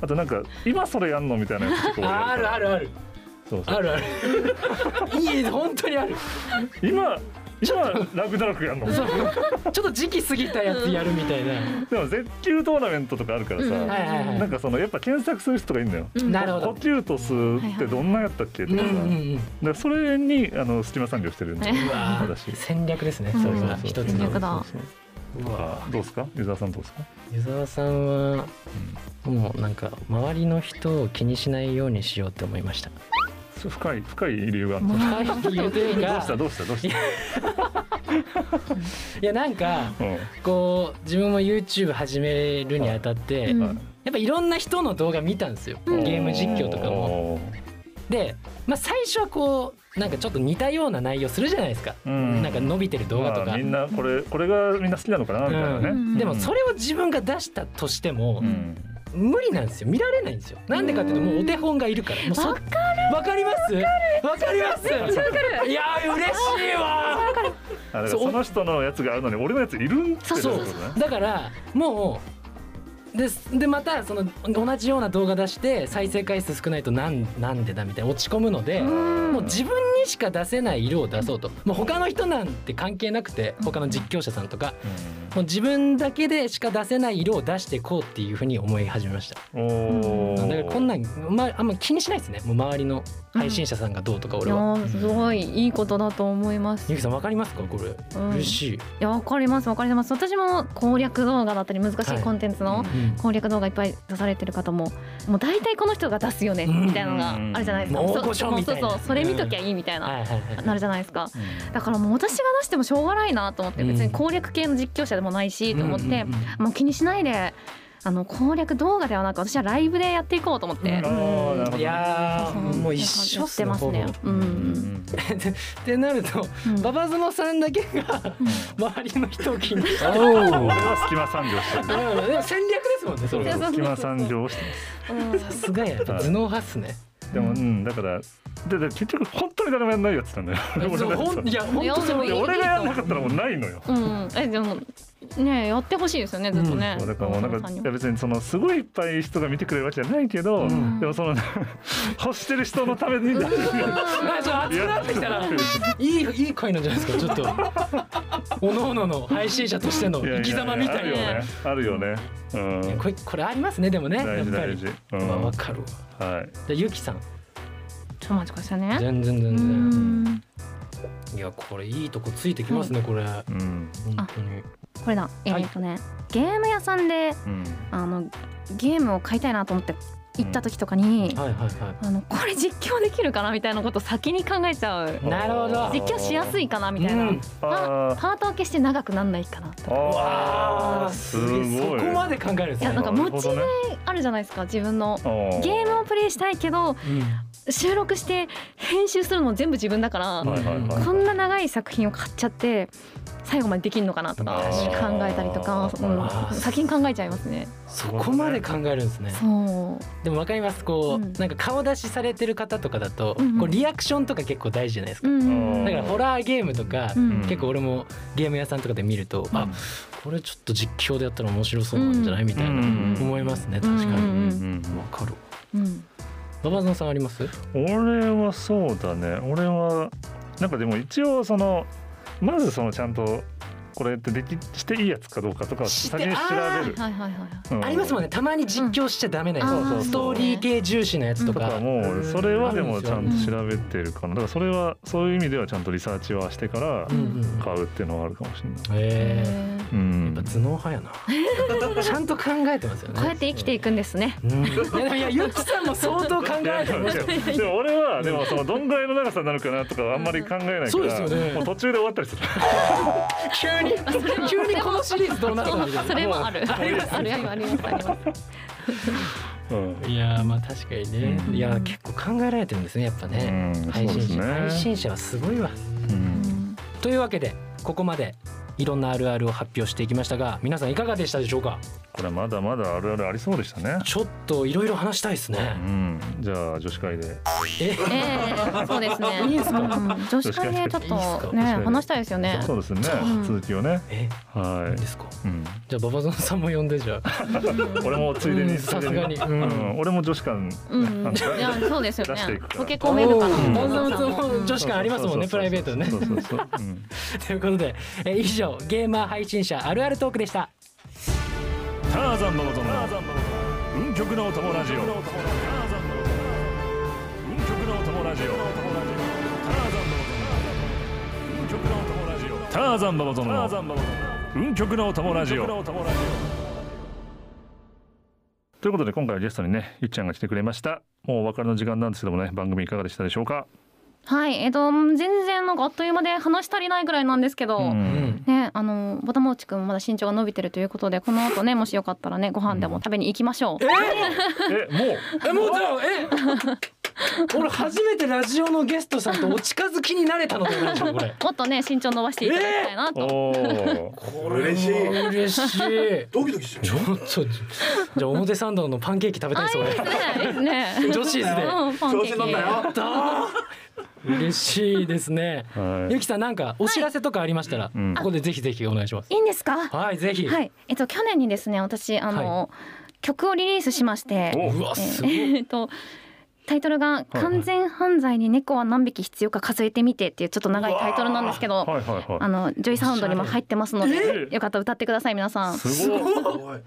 あとなんか今それやんのみたいなやつとか俺やあかるらあるあるそうそうあ *laughs* るあるいい本当にある今今ラグナロクやんのそうちょっと時期過ぎたやつやるみたいなでも絶球トーナメントとかあるからさ、うんはいはいはいなんかそのやっぱ検索する人がいるのようんなるほ呼ど吸と吸ってどんなやったっけとうんかうさ、んうんだからそれにあの隙間産業してるんだよ *laughs* うわー私戦略ですねうんそれが一そうそうそうつの略だそうそううそうわあどうですか湯沢さんどうですか湯沢さんはもうなんか周りの人を気にしないようにしようって思いましたそう深い深い理由があ *laughs* るうんはい言うてるどうがしたどうしたどうしたいやなんかこう自分も YouTube 始めるにあたって、うんうやんはいっぱいろんな人の動画見たんですよ、うんゲーム実況とかも。もで、まあ、最初はこうなんかちょっと似たような内容するじゃないですか、うんなんか伸びてる動画とかみ。んなこれこれがみんな好きなのかなみたいなね、うんでもそれ、れを自分が出したとしてもう、ん無理なんですよ見られないんですよなんでかっていうともうお手本がいるからもうそわかわかりますわかりますいやー嬉しいわーあだからそうその人のやつがあるのに俺のやついるんってことそねうだからもうですでまたその同じような動画出して再生回数少ないとなんなんでだみたいな落ち込むのでもう自分にしか出せない色を出そうともう他の人なんて関係なくて他の実況者さんとかもう自分だけでしか出せない色を出していこうっていうふうに思い始めましたうんおだーからこんなん、まあ、あんま気にしないですねもう周りの配信者さんがどうとかい俺やは。ーすごいいいことだと思います。ゆきさんわかりますかこれ、うん嬉しい、いやわかりますわかります。私も攻略動画だったり難しはいいコンテンツの攻略動画いっぱい出されてる方ももう大体この人が出すよねうんみたいなのがあるじゃないですか。もう大そ御所みたいなもうそうそうそれ見ときゃいいみたいな、はいはいはいなるじゃないですか。うんだからもう私が出してもしょうがないなと思ってうん別に攻略系の実況者でもないしと思って、うんうんもう気にしないであの攻略動画ではなく私はライブでやっていこうと思って。あーなるほうどんいやーそうもう一緒やっってすますね。ほぼうんうんってなるとうんババゾノさんだけが *laughs* 周りの人を気に *laughs* してるおー俺は隙間産業してるうんでも戦略ですもんねそれそう隙間産業をしてうんさすがややっぱ頭脳派っすねでも、うん、だからでで結局本当に誰もやんないやつなんだよ俺そうがやほんいや本いやで当もにいでい俺がやんなかったらもうないのよ、うん、えでもねやってほしいですよねずっとね、そうだからもうなんさかんいにや別にそのすごいいっぱい人が見てくれるわけじゃないけど、んでもその *laughs* 欲してる人のためにだけあちょっと熱くなってきたらやいいいい回なんじゃないですかちょっとおのおのの配信者としてのいやいや生き様みたいいやいやなねあるよねあるよね、うん、これこれありますねでもねや大っ事ぱ大り事、うんまあわはかるわじいゃあゆきさちんょっと待ってくださいね全然う全然んいやこれいいとこついてきますねこれ本うん当にこれだえはいーっとね、ゲーム屋さんでうんあのゲームを買いたいなと思って行った時とかに、はいはいはあのこれ実況できるかなみたいなことを先に考えちゃういなるほど実況しやすいかなみたいな、うんあパート分けして長くなんないかなとーかあーあーすすごごいいそこまで考えるんですいやねなんかモチベなるあるじゃないですか自分のほどねゲームをプレイしたいけどうん収録して編集するの全部自分だから、はいはいはいこんな長い作品を買っちゃって最後までできるのかなとかあー考えたりとか、あうーん、先に考えちゃいますね。そこまで考えるんですねそうでもわかりますこう、うんなんか顔出しされてる方とかだと、うんうんこうリアクションとか結構大事じゃないですか、うんだからホラーゲームとか、うん結構俺もゲーム屋さんとかで見ると、あこれちょっと実況でやったら面白そうなんじゃない、みたいうんなうん思いますねうん確かにわ、うんうんうんかるうんババゾンさんあります俺はそうだね俺はなんかでも一応そのまずそのちゃんとこれってできしていいやつかどうかとかをして先に調べる、はいはいはいはい。うんありますもんねたまに実況しちゃダメなやつ、うんあーストーリー系重視のやつととか,、かもうそれはでもちゃんうんと調べてるかなだからそれはそういう意味ではちゃんとリサーチはしてからうんうんうん買うっていうのはあるかもしれない、えへーうやっんぱ頭脳派やなちゃんと考えてますよーねこうやって生 *laughs* きていくんですね。うんいやでもいやゆきさんも相当考いやえいてやるいやでも俺はでもそのどんぐらいの長さになるかなとかあんまり考えないから、そうですよ *laughs* ねもう途中で終わったりする急に *laughs* 急にこのシリーズどうなるかみたいなそれもある。ありますありますありますあります。うんいやーまあ確かにね、うんいやー結構考えられてるんですねやっぱね、うん配そうで信す者、ね配信者はすごいわうんというわけでここまでいろんなあるあるを発表していきましたが皆さんいかがでしたでしょうかこれまだまだあるあるありそうでしたね。ちょっといろいろ話したいですうね、ん、じゃあ女子会で。えええそうですね。いいんすかうん女子会でちょっとね確いいっすかかに話したいですよね。そうですねうん。続きをね。えは何ですかい。うん。じゃあババゾンさんも呼んでじゃあ俺もついでうに。んさすがについでうんうん。俺も女子館。うんうん。いやそうですよ出していねくか。ら溶け込めるかな。うんババゾンさんも女女子館ありますもんねプライベートでねそうそうそう。うんということで、えー以上ゲーマー配信者あるあるトークでしたターザンの音の。運極のお供ラジオ。ターザンの音の運極のお供ラジオ。ターザンの音の。運極のお供ラジオ。ということで今回はゲストにねゆっちゃんが来てくれましたもうお別れの時間なんですけどもね番組いかがでしたでしょうか、はい。えっと全然なんかあっという間で話し足りないぐらいなんですけど。うんね、あのボタモーチくんもまだ身長が伸びてるということでこの後ねもしよかったらねご飯でも食べに行きましょう。えもうえもうじゃあえ俺初めてラジオのゲストさんとお近づきになれたのではないでしょうかこれもっとね身長伸ばしていただきたいなと。おー嬉しい嬉しいドキドキしちちゃょうっとじゃあ表参道のパンケーキ食べたいですあいいです俺ねいいですね。女子椅子でうんパン調ケ子ー乗んなキ。よ嬉しいですねはいゆきさんなんかお知らせとかありましたら、うんここでぜひぜひお願いしますいいんですか。はいぜひ、はい、えっと去年にですね、私あの、曲をリリースしまして、おうわえすごい、ーえっとタイトルがはい完全犯罪に猫は何匹必要か数えてみてっていうちょっと長いタイトルなんですけど、はいはいあはのジョイサウンドにも入ってますので、よかったら歌ってください皆さん。い入すごいおい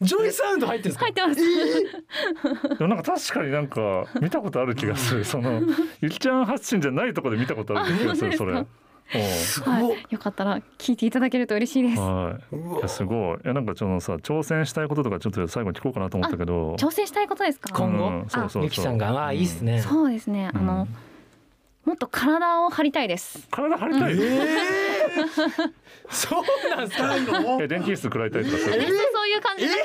ジョイサウンド入ってるんですか、ってます。でもなんか確かになんか見たことある気がするそのゆきちゃん発信じゃないところで見たことある気がするそれおーはい、よかったら聞いていただけると嬉しいです。はいいやすごいいやなんかちょっとさ挑戦したいこととかちょっと最後に聞こうかなと思ったけど挑戦したいことですか。今後うんそうそうそうゆきさんがああいいっすね、そうですね。あの、もっと体を張りたいです。体張りたい、 *laughs* そうなんですか痛いのえ電気椅子食らいたいとかそういうそうそういう感じで、もっ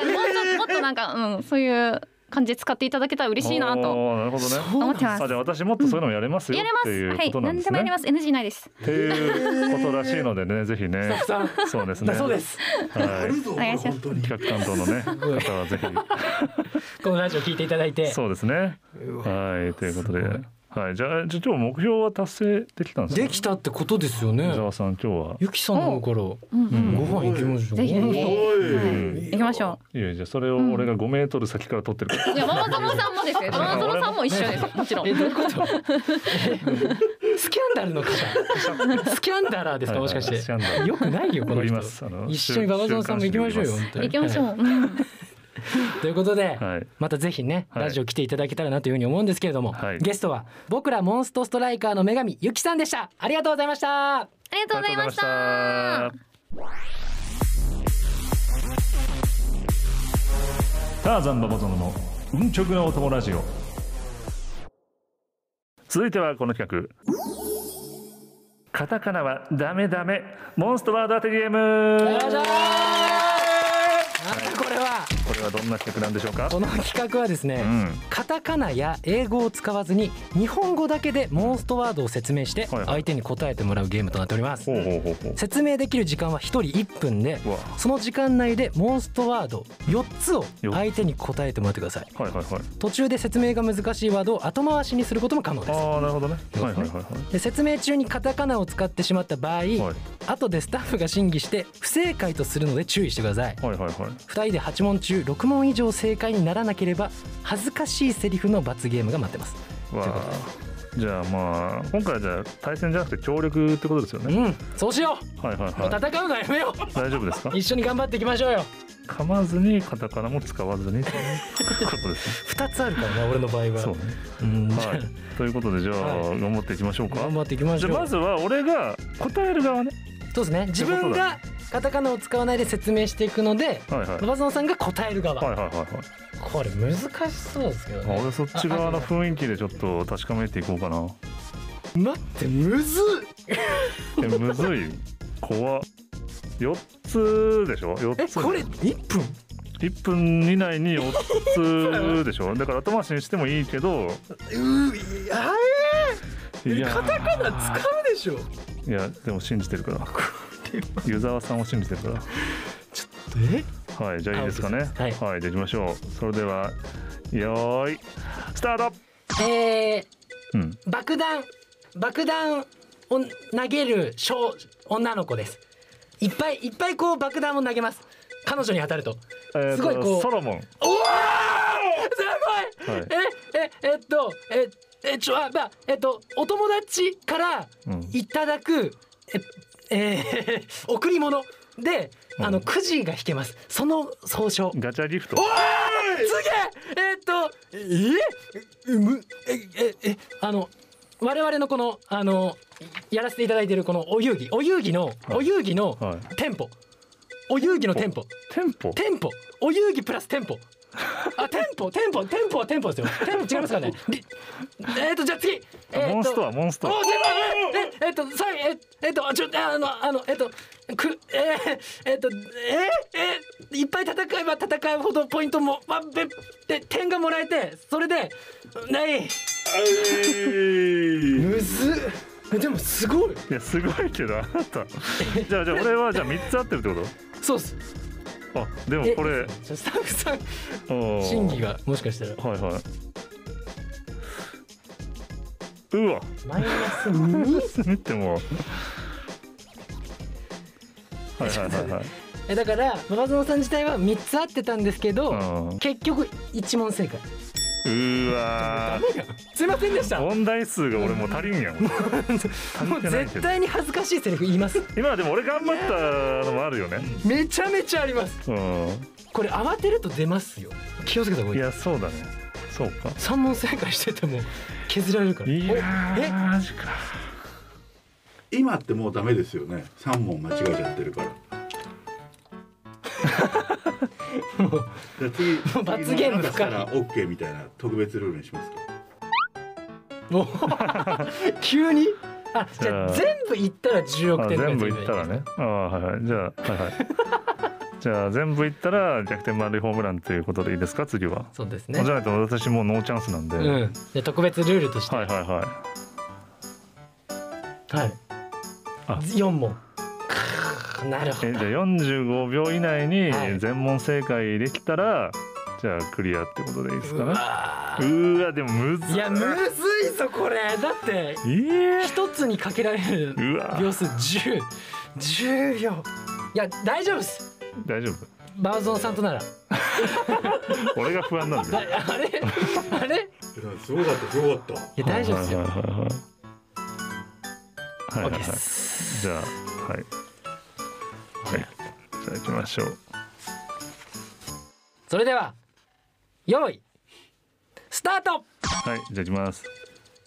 ともっとなんかうんそういう感じで使っていただけたら嬉しいなとおーなるほどね思ってますあ。じゃあ私もっとそういうのもやれますよやれっていうます。はこい、とな何んでですもね。やります。NG ないです。っていうことらしいのでね、ぜひね。さんそうですね。だそうで。すあはるぞお願いします本当にい。企画担当のね、方はぜこのラジオ聞いていただいひ。 *laughs* てそうですね。うわはいということですごいはいじゃあじゃあ今日目標は達成できたんですかできたってことですよ伊ね沢さん今日はゆきさんの方からごうんうん飯行きましょうぜひぜひ、おはい、行きましょいやじゃあそれを俺が5メートル先から撮ってるかういやママゾロさんもですよママゾロさんも一緒ですよもちろんえどう *laughs* いうことスキャンダル *laughs* の方スキャンダラーですかもしかしてはいはいスキャンダルよくないよこら撮のり人ますあの一緒にババゾンさんも行きましょうよ週刊誌で本当に行きましょう、はうんいということで、はいまたぜひね、はいラジオ来ていただけたらなというふうに思うんですけれども、はいゲストは僕らモンストストライカーの女神ゆきさんでしたありがとうございましたありがとうございましたありがとうございましたターザンババゾノの運極なお友ラジオ続いてはこの企画カタカナはダメダメモンストワード当てゲームよいしょーなんだこれはこれはどんな企画なんでしょうかこの企画はですね、うんカタカナや英語を使わずに日本語だけでモンストワードを説明してはいはい相手に答えてもらうゲームとなっております、ほうほうほうほう説明できる時間は1人1分でうわその時間内でモンストワード4つを相手に答えてもらってくださいはいはいはい途中で説明が難しいワードを後回しにすることも可能ですああなるほどねはいはいはいはいで説明中にカタカナを使ってしまった場合、はい後でスタッフが審議して不正解とするので注意してくださいはいはいはい2人で8問中6問以上正解にならなければ恥ずかしいセリフの罰ゲームが待ってますわというこあじゃあまあ今回はじゃあ対戦じゃなくて協力ってことですようねんそうしよ、はいはいうもうはい戦うのはやめよう大丈夫ですか一緒に頑張っていきましょうよ噛まずにカタカナも使わ *laughs* ずにということです2つある *laughs* からな俺の場合ね。はそうね。うんじゃあはい。ということでじゃあ、は頑張っていきましょうか頑。張っていきましじょゃうあまずは俺が答える側ね。そうですね自分がカタカナを使わないで説明していくのではいはい。はい馬場園さんが答える側、はいはいはい。これ難しそうですけどまあね俺そっち側の雰囲気でちょっと確かめていこうかな。待ってむずえむずい。怖っ。四つでしょ。四えつ。これ1分一分以内に四つでしょ。だから後回しにしてもいいけど。ういやいやカタカナ使うでしょいやでも信じてる *laughs* から。湯沢さんを信じてるから。えはい、じゃあいいですかね。ははいい、じゃあ行きましょう。それでは、よーい、スタート。えうん、ー、爆弾爆弾を投げる小女の子ですいっぱいいっぱいこう爆弾を投げます彼女に当たるとえーとすごいこうソロモン。すごい、はいえええっとええちょあまあえっとお友達からうんいただく、ええー贈り物であのうんくじが引けますその総称ガチャギフト。すげええーっとええむえええあの我々のこのあのやらせていただいているこのお遊戯お遊戯の、はいお遊戯のはいテンポお遊戯のテンポテンポ。テンポお遊戯プラステンポあテンポテンポテンポはテンポですよテンポ違いますからねりえーっとじゃあ次えーモっとンストア、モンストおア。でえええっとさいええっとちょあのあのえっとくえー、えっとええいっぱい戦えば戦うほどポイントもまべで点がもらえてそれでないむずっえでもすごいいや、すごいけど、あなた。じゃあ、じゃあ、俺は、じゃあ、三つ合ってるってこそうっすと。あ、でも、えこれ。ちょスタッフさんおー審議。がもしかしたらはい、はい。うわ、マイナス2見ても。はい、はい、はい、はい。えだから馬場園さん自体は3つ合ってたんですけどうん。結局1問正解うーわー。すいませんでしたも問題数が俺もう足りんやん。う関係ないけ絶ど対に恥ずかしいセリフ言います今でも俺頑張ったのもあるよね。めちゃめちゃありますうこれ慌てると出ますよ気をつけた方がん。いいいやそうだね。そうか。三問正解してても削られるからいやおえーマジか。今ってもうダメですよね三問間違えちゃってるからじゃあ次う罰ゲームだ深かいら OK みたいな特別ルールにしますかもう急にあじゃあじゃあ全部いったら16あ点ぐら全い部いったらね。あーはいはい。じゃあはいはい。 *laughs* じゃあ全部いったら逆転満塁ホームランということでいいですか次は。そうですじねゃないと私もうノーチャンスなんで。うはいんじゃあ特別ルールとしてははいはいあ4問かーなる。ほえどじゃあ45秒以内はいに全問正解できたらじゃあクリアってことでいいですかね。あやうーわでもむずいやむずいぞこれだっえてー一つにかけられるうわ秒数1010秒いや大丈夫です大丈バーゾンさんとなら夫俺が不安なんだだよあれあれいやすごかったすごかったや大丈夫ですよはいはいはいはいはいはい OK はいではいすじゃあはいはいじゃあ行きましょうそれでは用意スタートはいじゃあいきます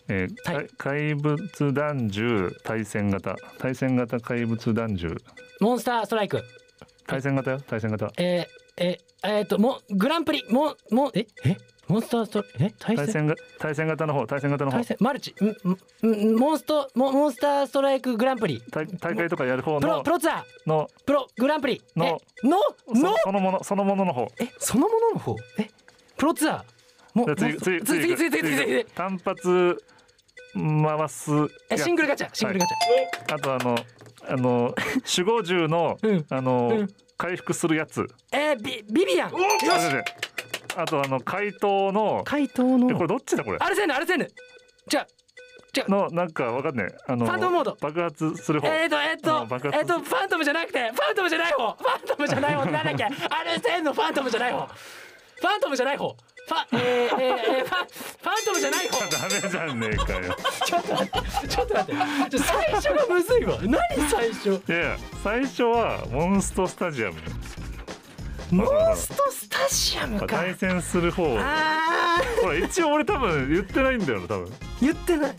えーはい怪怪物団獣対戦型対戦型怪物団獣モンスターストライク対戦型よ対戦型えー、えー、えー、っともグランプリももええモンスターストライクえ対対戦戦が対戦型の方対戦型の方対戦マルチんんんモンストモモンスターストライクグランプリ大大会とかやる方プロのプロツアーのプログランプリえののそそののものそのものの方えそのものの方えプロツアーもじゃあ次もう次次次次次次次次次単発回すえいやシングルガチャシングルガチあとあのあの守護獣の、うんあの、うん回復するやつャ、えー、ビビビアンあ違う違うあとあの怪盗の怪盗えこのれどっちだこれアルセーヌアルセーヌじゃあのなんかわかんないあのファントムモード爆発する方えっ、とえっ、あのと爆発えっ、とファントムじゃなくてファントムじゃない方ファントムじゃない方ってなんだっけアルセーヌのファントムじゃない方ファントムじゃない方ファえー、えー、えー、ファンファントムじゃない方ダメじゃねえかよちょっと待ってちょっと待ってちょ最初がむずいわ何最初いやいや最初はモンストスタジアムモンストスタジアムか対戦する方あーほら一応俺多分言ってないんだよな多分言ってない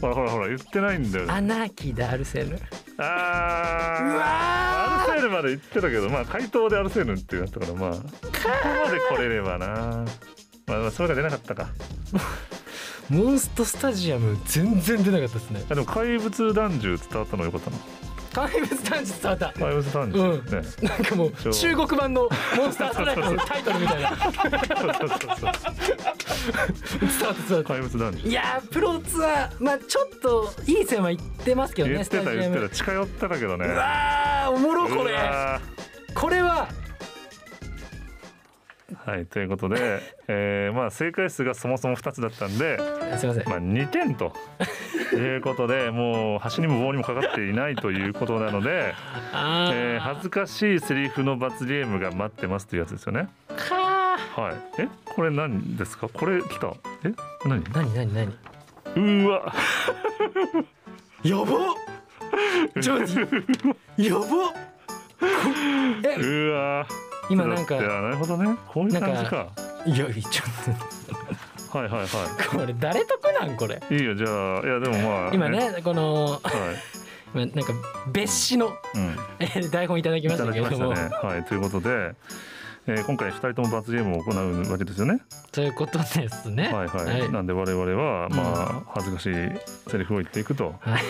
ほらほらほら言ってないんだよなアナーキーだアルセーヌあーうわアルセールまで言ってたけどまあ回答でアルセールってなったからまあここまで来れればなまあまあそれが出なかったかモンストスタジアム全然出なかったですねあでも怪物男獣伝わったのよかったな怪物団地伝わった怪物男獣、うんねそうなんかもうそう中国版のモンスターストライクのタイトルみたいなそうそうそう伝わった伝わった怪物男い獣やープロツアーまあちょっといい線は行ってますけどね言ってたスタジア言ムってた近寄ってたけどねうわーおもろこうれわこれはーはいということ *laughs* で、えーまあ正解数がそもそも2つだったんで、すいませんまあ、2点ということでもう端にも棒にもかかっていないということなので、 *laughs* あえー恥ずかしいセリフの罰ゲームが待ってますというやつですよね。かはい。え、これ何ですか？これ来た。え、何？なになになにうーわ。やばっジョージやばっこうえーわ。今なんちかょっと待ってあなるほどね。こういう感じなか。いやちょっはいはいはとこれ誰得なんこれい。いいよじゃあいやでもまあ。今。ねこのはい。今なんか別紙のうん。えー台本いただきまいしたただけきれまどしたも、ね。はい。ということで。えー今回2人とも罰ゲームを行うわけですよね。ということですね。はいはい。はいなんで我々は、うんまあ、恥ずかしいセリフを言っていくと。はい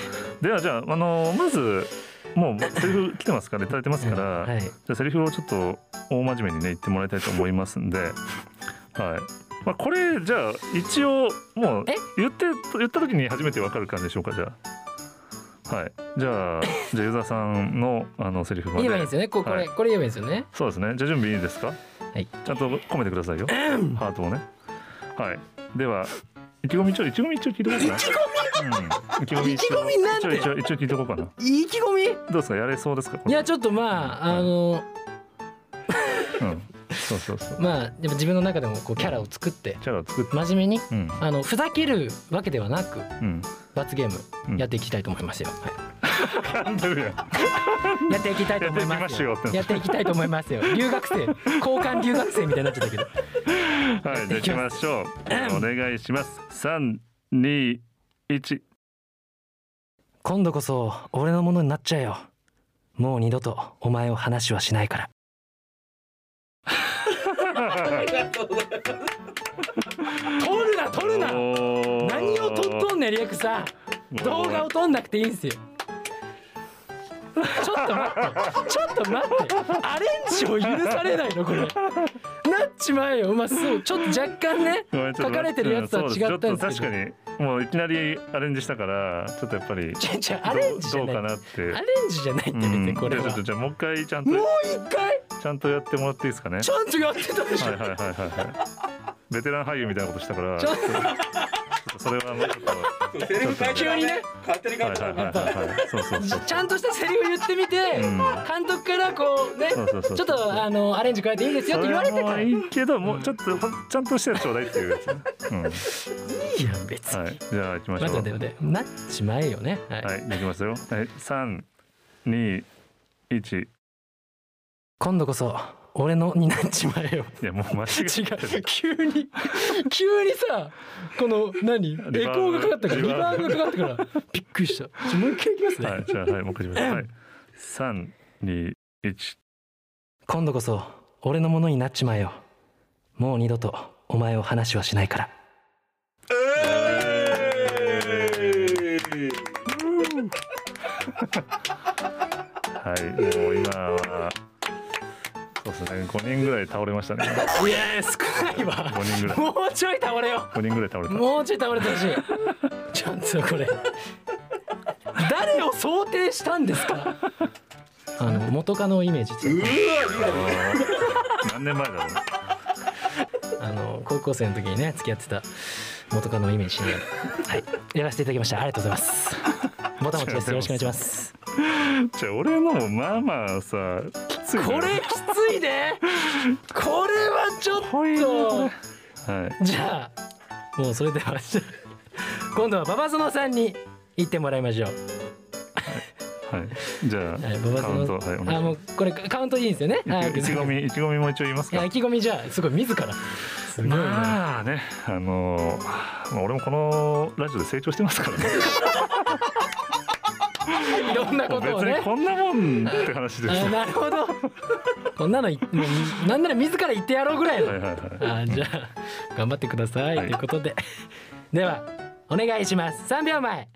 ではじゃあ、あのまずもうセリフ来てますからいただいてますから、はいじゃあセリフをちょっと大真面目にね言ってもらいたいと思いますんで、はい。まあこれじゃあ一応もうえ言って言った時に初めてわかる感じでしょうかじゃあ。はい。じゃあじゃあユーザーさんのあのセリフまで。言えばいいんですよね。こうこれ、はいこれ言えばいいんですよね。そうですね。じゃあ準備いいですか。はい。ちゃんと込めてくださいよ。ハートをね。はい。では意気込みちょ意気込み一応聞いてこうかな。意気込み。うん、意気込み一応。意気込みなんで。一応一応一応聞いてこうかな。意気込み？どうですかやれそうですかこいれやちょっとまああのうん、そうそうそうまあでも自分の中でもこうキャラを作ってキャラを作って真面目にうんあのふざけるわけではなく *laughs* うん罰ゲーうんムやっていきたいと思いますよ。はい噛んでるやんやっていきたいと思いますよやっていきますよって。やっていきたいと思いますよ。留学生、交換留学生みたいになっちゃったけど。はいじゃあ行きましょうお願いします三二一今度こそ俺のものになっちゃえよ。もう二度とお前を話はしないから。取るな取るな。何を撮っとんねんリアクさん動画を撮んなくていいんすよちょっと待ってちょっと待ってアレンジを許されないのこれなっちまえよまあそうちょっと若干ねごめんちょ書っと待ってかれてるやつとは違ったんですけそうどですちょっと確かにもういきなりアレンジしたからちょっとやっぱりちょちょアレンジじどゃうないどうかアレなってンジじゃないってう別にんこれじゃあはちょっとじもゃあもう一回ちゃんうと一回ちゃんとやってもらっていいですかねちゃんとやってたでしょはいはいはいはいはいベテラン俳優みたいなことしたからちょっとそれはもうちょっとはセリフ変えて急にね勝手にいは変えいはていはいはいそうそうそうちゃんとしたセリフ言ってみて、うん監督からこうねそうそうそうちょっとあのアレンジ加えていいですよって言われてそからはいもういいけどもうちょっとちゃんとしたやつちょうだいっていうやつね、うん、はいいや別に、じゃあ行きましょ待うって待って待ってなっちまえよねはい、はいできますよはい三二一い今度こそ俺のになっちまえよやもう間違違えてうる急に急にさこの何エコリバーブーがかかったからリリババーーブブがかかったからびっくりしたちょもう一回いきますね、はいじゃあはいもう一回しますはい三二一今度こそ俺のものになっちまえよもう二度とお前を話はしないから 네.はいもう今はそうですね五人ぐらい倒れましたねいやー少ないわ五人ぐらいもうちょい倒れよ五人ぐらい倒れたもうちょい倒れてほしいちょっとこれ誰を想定したんですかあの元カノをイメージして何年前だろうあの高校生の時にね付き合ってた元カノをイメージしながらはいやらせていただきましたありがとうございますボタン持ちですよろしくお願いしますじゃあ俺のもまあまあさきついなこれきついねこれはちょっはいとじゃあもうそれではじゃあ今度は馬場園さんに行ってもらいましょうはいじゃあはい、馬場カウントは園いおあ、も願いうこれカウントいいんですよね。しまはすいいちごみいちごみも一応言いますいかや意気込みじゃあすごい自ら。すごいな。まあね、あのーまあ、俺もこのラジオで成長してますから *laughs* ね。いろんなもうことを別にね。こんなもんって話ですあよ。なるほど。こんなのいも *laughs* うなんなら自ら言ってやろうぐらいはいの。はいはい。あじゃあ頑張ってください、はいということで。 *laughs* ではお願いします。三秒前。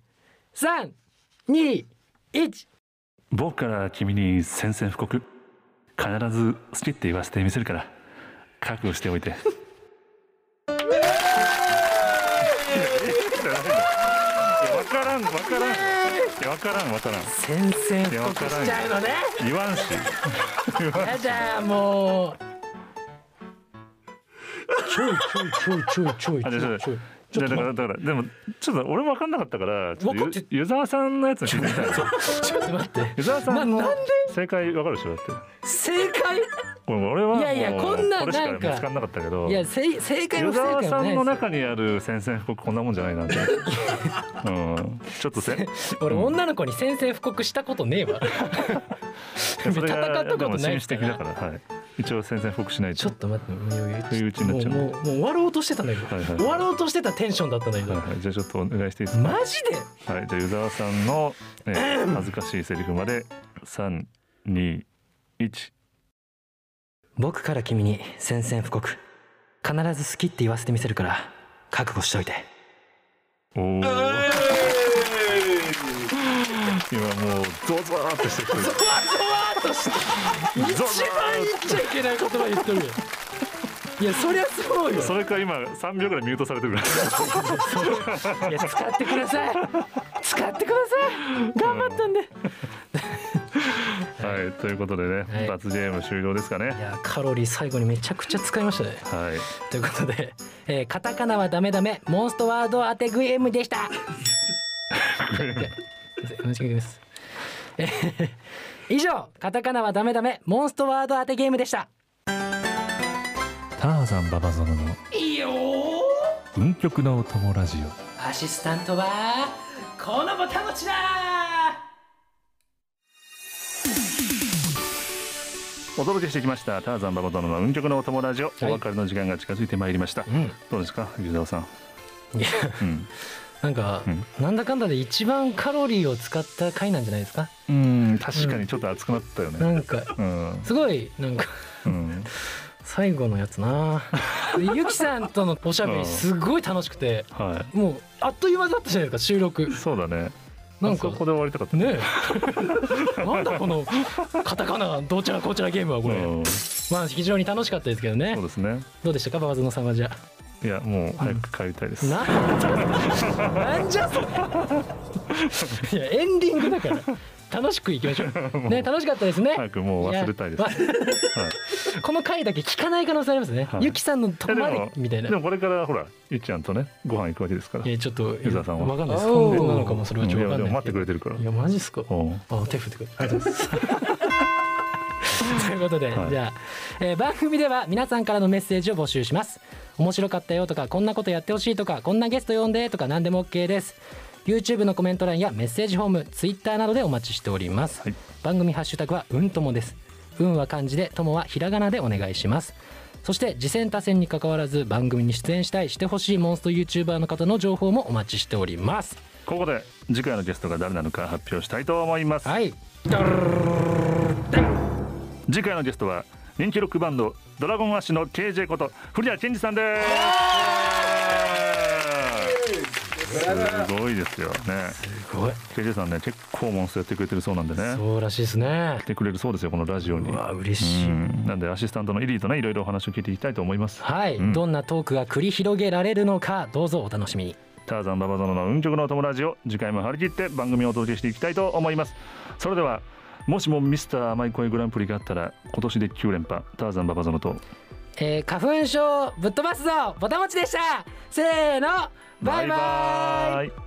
三二一。僕から君に宣戦布告。必ず好きって言わせてみせるから。覚悟しておいて。わからんわからん。いやわからんわからん。宣戦布告しちゃうのね。言わんし。言わんやだもう。ちょいちょいちょいちょいちょいあちじゃあょいじゃちあょい。じゃあだからだからでもちょっと俺も分かんなかったからちょっと分かってゆ湯沢さんのやつに聞いてみた *laughs* いなちょっと待って。湯沢さんのななんで正解分かるでしょだって正解。これ俺はもういやいやこんなこれしかなんか見つかんなかったけどいや正正解も湯不正沢解さもなんのいですよ。中にある宣戦布告こんなもんじゃないなって *laughs* うんちょっとせ俺、うん女の子に宣戦布告したことねえ *laughs* わそれが *laughs* 戦ったことない紳士ですか的だらからはい一応宣戦布告しないちょとっと待ってもう不意打ちになっちゃうもうもうもう終わろうとしてたんだけど、はいはい終わろうとしてたテンションだったんだけど、はいはいじゃあちょっとお願いしていいですかマジではいじゃあ湯沢さんのえ *clears throat* ー恥ずかしいセリフまで三二一僕から君に宣戦布告必ず好きって言わせてみせるから覚悟しといておお今もうゾワゾワーってして *laughs* くるわざわっとして一番言っちゃいけない言葉言ってるよいやそりゃそうよそれか今3秒ぐらいミュートされ *laughs* てるからいや使ってください使ってください頑張ったんで、はいということでね、はい罰ゲーム終了ですかいねやカロリー最後にめちゃくちゃ使いましたねはいということで、えーカタカナはダメダメモンストワード当てグエムでした。よろしくお願いします。 *laughs* えー以上カタカナはダメダメモンストワード当てゲームでした。ターザンババゾノのいいよ運極のお供ラジオアシスタントはこのボタン持ちだ。お届けしてきましたターザンババ殿の運極のお友達をおい別れの時間が近づいてまいりました、うん。どうですか湯沢さん、いやうん、なんか、うんなんだかんだで一番カロリーを使った回なんじゃないですか。うん確かにちょっと熱くなったよねなんかうん、すごいなんか。うん、最後のやつ *laughs* なでゆきさんとのおしゃべりすごい楽しくてはもうあっという間だったじゃないですか収録いそうだねなんかあそこで終わりたかったねえ *laughs* なんだこのカタカナどちらこちらゲームはこれ、うんそまあ非常に楽しかったですけどねうですねどうでしたか馬場園さん *laughs* はじゃいやもう早く帰りたいです、あななんじゃそれいやエンディングだから楽しくいきましょ *laughs* う。ね、楽しかったですね。早くもう忘れたいです。やはわ *laughs* この回だけ聞かない可能性ありますね。はいゆきさんのとこまでみたいい、なで。もこれからほらゆっちゃんとねご飯行くわけですから。えちょっとユーザーさんはわかんないです。あー本当なのかもそれはちょっとわいやかんでなもい。待ってくれてるから。いやマジっすか。うんあ手振ってくれありがとうございます *laughs* ということで、はいじゃあ、えー番組では皆さんからのメッセージを募集します面白かったよとかこんなことやってほしいとかこんなゲスト呼んでとか何でも OK です YouTube のコメント欄やメッセージフォーム Twitter などでお待ちしております、はい番組ハッシュタグはうんともですうんは漢字でともはひらがなでお願いしますそして次戦他戦に関わらず番組に出演したいしてほしいモンスト YouTuber の方の情報もお待ちしておりますここで次回のゲストが誰なのか発表したいと思います。はい次回のゲストは人気ロックバンドドラゴンアッシュの KJ こと古谷健二さんです。すごいですよね。すごい KJ さんね結構モンストやってくれてるそうなんでね。そうらしいですね来てくれるそうですよこのラジオに。うわ嬉うしい、んなんでアシスタントのイリーとねいろいろお話を聞いていきたいと思います。はい、うんどんなトークが繰り広げられるのかどうぞお楽しみにターザンババゾノの運極のお友達を次回も張り切って番組をお届けしていきたいと思いますそれではもしもミスター甘い声グランプリがあったら今年で9連覇ターザンババゾノとえー花粉症ぶっ飛ばすぞボタン持ちでしたせーのバイバイバイバイ